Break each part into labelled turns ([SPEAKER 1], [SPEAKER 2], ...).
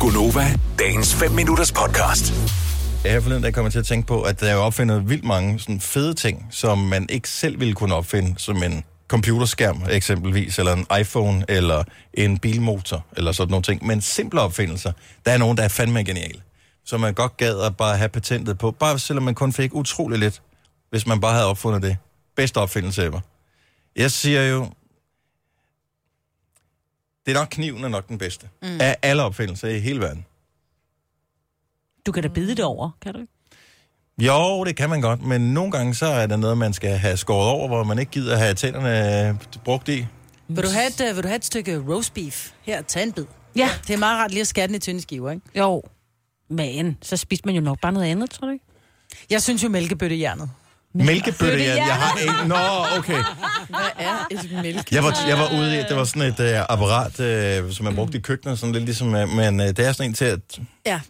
[SPEAKER 1] Gunova, dagens 5 minutters podcast.
[SPEAKER 2] her forleden dag kom jeg til at tænke på, at der er jo opfundet vildt mange sådan fede ting, som man ikke selv ville kunne opfinde, som en computerskærm eksempelvis, eller en iPhone, eller en bilmotor, eller sådan nogle ting. Men simple opfindelser, der er nogen, der er fandme geniale. Så man godt gad at bare have patentet på, bare selvom man kun fik utrolig lidt, hvis man bare havde opfundet det. Bedste opfindelse ever. Jeg siger jo, det er nok kniven er nok den bedste. Mm. Af alle opfindelser i hele verden.
[SPEAKER 3] Du kan da bide det over, kan du ikke?
[SPEAKER 2] Jo, det kan man godt, men nogle gange så er der noget, man skal have skåret over, hvor man ikke gider have tænderne øh, brugt i.
[SPEAKER 4] Vil du, have et, øh, vil du have et stykke roast beef? Her, tag en bid.
[SPEAKER 3] Ja.
[SPEAKER 4] Det er meget rart lige at skære den i tynde skiver, ikke?
[SPEAKER 3] Jo. Men, så spiste man jo nok bare noget andet, tror du ikke?
[SPEAKER 4] Jeg synes jo mælkebøttejernet.
[SPEAKER 2] Mælkebøtte, jeg, jeg har en. Nå, okay.
[SPEAKER 5] er et mælk.
[SPEAKER 2] Jeg var, jeg var ude i, at det var sådan et øh, apparat, øh, som man brugte i køkkenet, sådan lidt ligesom, øh, men øh, det er sådan en til at...
[SPEAKER 4] Ja.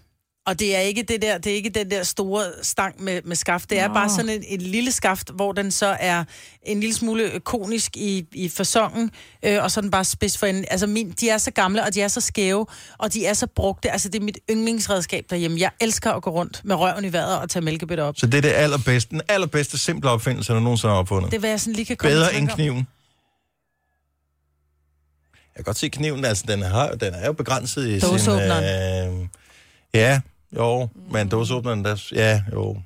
[SPEAKER 4] Og det er ikke, det der, det er ikke den der store stang med, med skaft. Det er bare sådan en, en lille skaft, hvor den så er en lille smule konisk i, i fasongen, øh, og så er den bare spids for enden. Altså, min, de er så gamle, og de er så skæve, og de er så brugte. Altså, det er mit yndlingsredskab derhjemme. Jeg elsker at gå rundt med røven i vejret og tage mælkebøtter op.
[SPEAKER 2] Så det er det allerbedste, den allerbedste simple opfindelse, der nogensinde er opfundet.
[SPEAKER 4] Det er, hvad jeg sådan lige kan komme i
[SPEAKER 2] Bedre
[SPEAKER 4] tanke
[SPEAKER 2] end
[SPEAKER 4] om.
[SPEAKER 2] kniven. Jeg kan godt se kniven, altså den, har, den er jo begrænset i sin... Øh, ja, jo, men dåseåbneren, der... Ja, jo.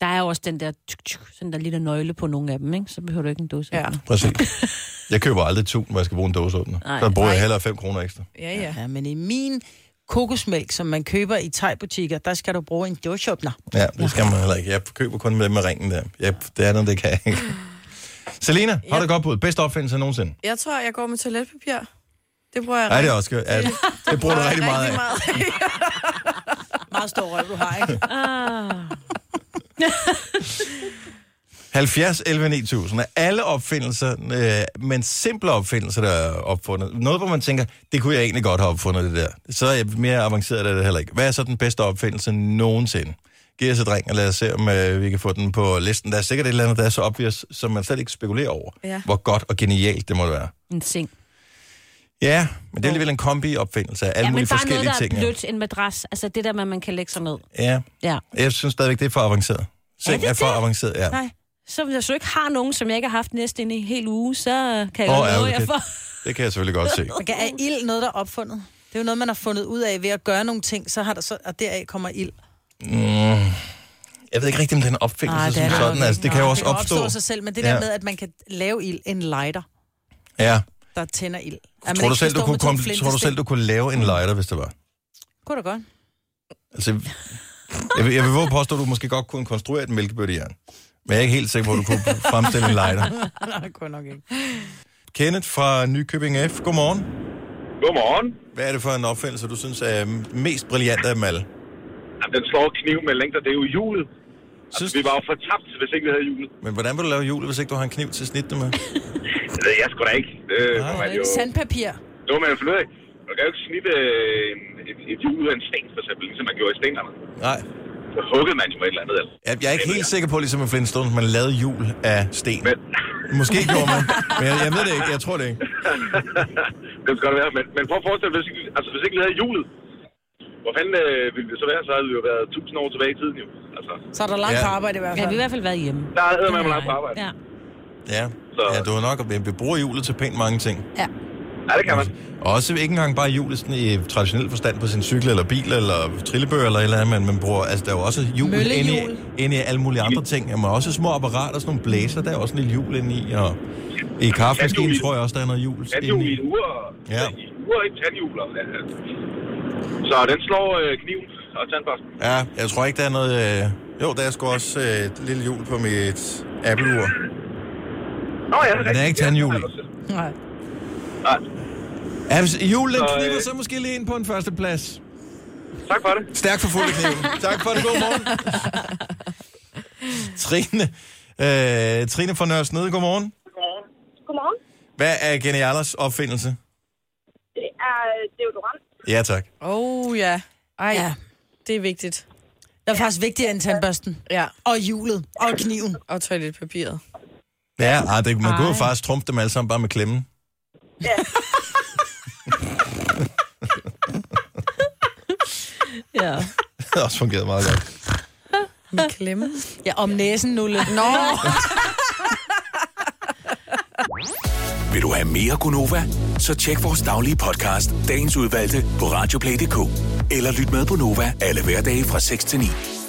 [SPEAKER 3] Der er jo også den der, tyk, tyk, sådan der lille nøgle på nogle af dem, ikke? Så behøver du ikke en dåse.
[SPEAKER 4] Ja.
[SPEAKER 2] Præcis. Jeg køber aldrig tun, hvor jeg skal bruge en dåseåbner.
[SPEAKER 3] Nej.
[SPEAKER 2] Så bruger jeg hellere 5 kroner ekstra.
[SPEAKER 5] Ja, ja.
[SPEAKER 4] Ja, men i min kokosmælk, som man køber i thai-butikker, der skal du bruge en dåseåbner.
[SPEAKER 2] Ja, det skal man heller ikke. Jeg køber kun med, med ringen der. Jeg, det er noget, det kan jeg ikke. Selina, har du godt på Bedste opfindelse nogensinde?
[SPEAKER 5] Jeg tror, jeg går med toiletpapir. Det bruger jeg
[SPEAKER 2] Nej, det er
[SPEAKER 5] rigtig-
[SPEAKER 2] også godt. ja, det bruger du rigtig meget af.
[SPEAKER 4] Meget stor røv, du har, ikke?
[SPEAKER 2] 70, 11, 9000 er alle opfindelser, øh, men simple opfindelser, der er opfundet. Noget, hvor man tænker, det kunne jeg egentlig godt have opfundet det der. Så er jeg mere avanceret af det heller ikke. Hvad er så den bedste opfindelse nogensinde? Giv os et ring, og lad os se, om øh, vi kan få den på listen. Der er sikkert et eller andet, der er så obvious, som man slet ikke spekulerer over,
[SPEAKER 5] Ja.
[SPEAKER 2] hvor godt og genialt det må være.
[SPEAKER 3] En seng.
[SPEAKER 2] Ja, men det er alligevel en kombi-opfindelse af alle
[SPEAKER 3] ja, men
[SPEAKER 2] mulige
[SPEAKER 3] bare noget,
[SPEAKER 2] forskellige
[SPEAKER 3] der
[SPEAKER 2] ting.
[SPEAKER 3] er
[SPEAKER 2] ja.
[SPEAKER 3] blødt, en madras. Altså det der med, at man kan lægge sig ned.
[SPEAKER 2] Ja,
[SPEAKER 3] Ja.
[SPEAKER 2] jeg synes stadigvæk, det er for avanceret. Seng
[SPEAKER 3] det
[SPEAKER 2] er, er for
[SPEAKER 3] det?
[SPEAKER 2] avanceret, ja.
[SPEAKER 3] Nej. Så hvis jeg ikke har nogen, som jeg ikke har haft næsten en hel uge, så øh, kan jeg
[SPEAKER 2] Åh,
[SPEAKER 3] oh, love
[SPEAKER 2] ærgerligt.
[SPEAKER 3] jer for.
[SPEAKER 2] Det kan jeg selvfølgelig godt se.
[SPEAKER 4] Man kan, er ild noget, der er opfundet? Det er jo noget, man har fundet ud af ved at gøre nogle ting, så har der så, og deraf kommer ild.
[SPEAKER 2] Jeg ved ikke rigtig, om det er en opfindelse Nej,
[SPEAKER 4] Nej,
[SPEAKER 2] det
[SPEAKER 4] det
[SPEAKER 2] som
[SPEAKER 4] er det nok
[SPEAKER 2] sådan.
[SPEAKER 4] ikke.
[SPEAKER 2] Altså, det kan jo
[SPEAKER 4] Det
[SPEAKER 2] også
[SPEAKER 4] kan opstå.
[SPEAKER 2] opstå.
[SPEAKER 4] opstå sig selv, men det der
[SPEAKER 2] Ja.
[SPEAKER 4] med, at man kan lave ild, en lighter,
[SPEAKER 2] Ja.
[SPEAKER 4] der tænder ild. At man
[SPEAKER 2] Tror du,
[SPEAKER 4] ikke
[SPEAKER 2] selv,
[SPEAKER 4] skal
[SPEAKER 2] du
[SPEAKER 4] stå
[SPEAKER 2] kunne
[SPEAKER 4] med to
[SPEAKER 2] kom, tror du
[SPEAKER 4] flintesten.
[SPEAKER 2] selv, du kunne lave en lighter, hvis det var?
[SPEAKER 4] Kunne da godt.
[SPEAKER 2] Altså, jeg, vil- jeg vil våge at påstå, at du måske godt kunne konstruere et mælkebøttejern. Men jeg er ikke helt sikker på, at du kunne fremstille en lighter.
[SPEAKER 4] Nej, det kunne jeg nok ikke.
[SPEAKER 2] Kenneth fra Nykøbing F. Godmorgen.
[SPEAKER 6] Godmorgen.
[SPEAKER 2] Hvad er det for en opfindelse, du synes er mest brilliant af dem alle?
[SPEAKER 6] Altså, Jamen, den slår kniv med længder. Det er jo hjulet. Altså,
[SPEAKER 2] Synes,
[SPEAKER 6] vi var jo fortabt, hvis ikke vi havde hjulet.
[SPEAKER 2] men hvordan vil du lave jul, hvis ikke du har en kniv til at snitte det med?
[SPEAKER 6] Altså, Det ved jeg sgu da ikke. Det,
[SPEAKER 2] Nej.
[SPEAKER 6] må man jo,
[SPEAKER 4] Sandpapir.
[SPEAKER 6] det må man jo finde ud af. Man kan jo ikke snitte øh, en- et, et hjul ud af en sten, for eksempel, ligesom man gjorde i stenerne.
[SPEAKER 2] Nej.
[SPEAKER 6] Så huggede man jo et eller andet. Eller.
[SPEAKER 2] Jeg, jeg er ikke helt sikker på, ligesom en Flintstones, man lavede jul af sten.
[SPEAKER 6] Men,
[SPEAKER 2] Måske gjorde man, men jeg, jeg ved det ikke. Jeg tror det ikke.
[SPEAKER 6] det skal det være. Men, men prøv at forestille dig, hvis, ikke- altså, hvis ikke vi havde hjulet, hvor fanden øh, ville det så være? Så havde vi jo været tusind år tilbage i tiden, jo. Altså,
[SPEAKER 4] Så er der langt
[SPEAKER 2] Ja.
[SPEAKER 4] på arbejde i hvert
[SPEAKER 3] Ja, vi har i
[SPEAKER 4] fald.
[SPEAKER 3] hvert fald været hjemme.
[SPEAKER 6] der havde man jo langt på arbejde.
[SPEAKER 3] Ja.
[SPEAKER 2] Ja,
[SPEAKER 6] Så-
[SPEAKER 2] ja du har nok vi bruger julet til pænt mange ting.
[SPEAKER 6] Ja, det kan man.
[SPEAKER 2] Og også ikke engang bare hjulet sådan i traditionel forstand på sin cykel eller bil eller trillebør eller et eller andet, men man bruger, altså der er jo også hjul inde i,
[SPEAKER 4] Møllehjul.
[SPEAKER 2] inde i alle mulige andre ting. Jamen også små apparater, sådan nogle blæser, der er også en lille hjul inde i, og i kaffemaskinen
[SPEAKER 6] Tandhjul.
[SPEAKER 2] tror jeg også, der er noget hjul
[SPEAKER 6] Tandhjul
[SPEAKER 2] inde
[SPEAKER 6] i
[SPEAKER 2] i.
[SPEAKER 6] et ur,
[SPEAKER 2] Ja.
[SPEAKER 6] ja. i et ur, ikke tandhjul. og- ja, altså. Så den slår øh, kniven og tandbørsten.
[SPEAKER 2] Ja, jeg tror ikke, der er noget... Øh... Jo, der er sgu også øh, et lille hjul på mit Apple-ur.
[SPEAKER 6] Nå ja,
[SPEAKER 2] Men der er ikke tandhjul i.
[SPEAKER 4] Nej.
[SPEAKER 6] Nej,
[SPEAKER 2] Ja, hvis hjulet
[SPEAKER 6] Så, øh,
[SPEAKER 2] kniver så måske lige ind på en førsteplads.
[SPEAKER 6] tak for det.
[SPEAKER 2] Stærk for fulde kniven. tak for det. God morgen. Trine. Øh, Trine fra Nørres Nede, godmorgen.
[SPEAKER 7] Godmorgen.
[SPEAKER 2] Hvad er Genialers opfindelse?
[SPEAKER 7] Det er deodorant.
[SPEAKER 2] Ja, tak.
[SPEAKER 5] Åh, oh, ja. Ej,
[SPEAKER 4] Ja.
[SPEAKER 5] ja. det er vigtigt.
[SPEAKER 4] Det er faktisk vigtigere end tandbørsten.
[SPEAKER 5] Ja,
[SPEAKER 4] Og hjulet. Og kniven.
[SPEAKER 5] og toiletpapiret.
[SPEAKER 2] Ja, ah, det, man kunne jo faktisk trumpe dem alle sammen bare med klemmen.
[SPEAKER 3] Ja.
[SPEAKER 2] Det har også fungeret meget godt.
[SPEAKER 5] Med klemme.
[SPEAKER 4] Ja, om næsen nulle. Nå.
[SPEAKER 1] Vil du have mere Gunova? Så tjek vores daglige podcast, dagens udvalgte, på radioplay.dk. Eller lyt med på Nova alle hverdage fra 6 til 9.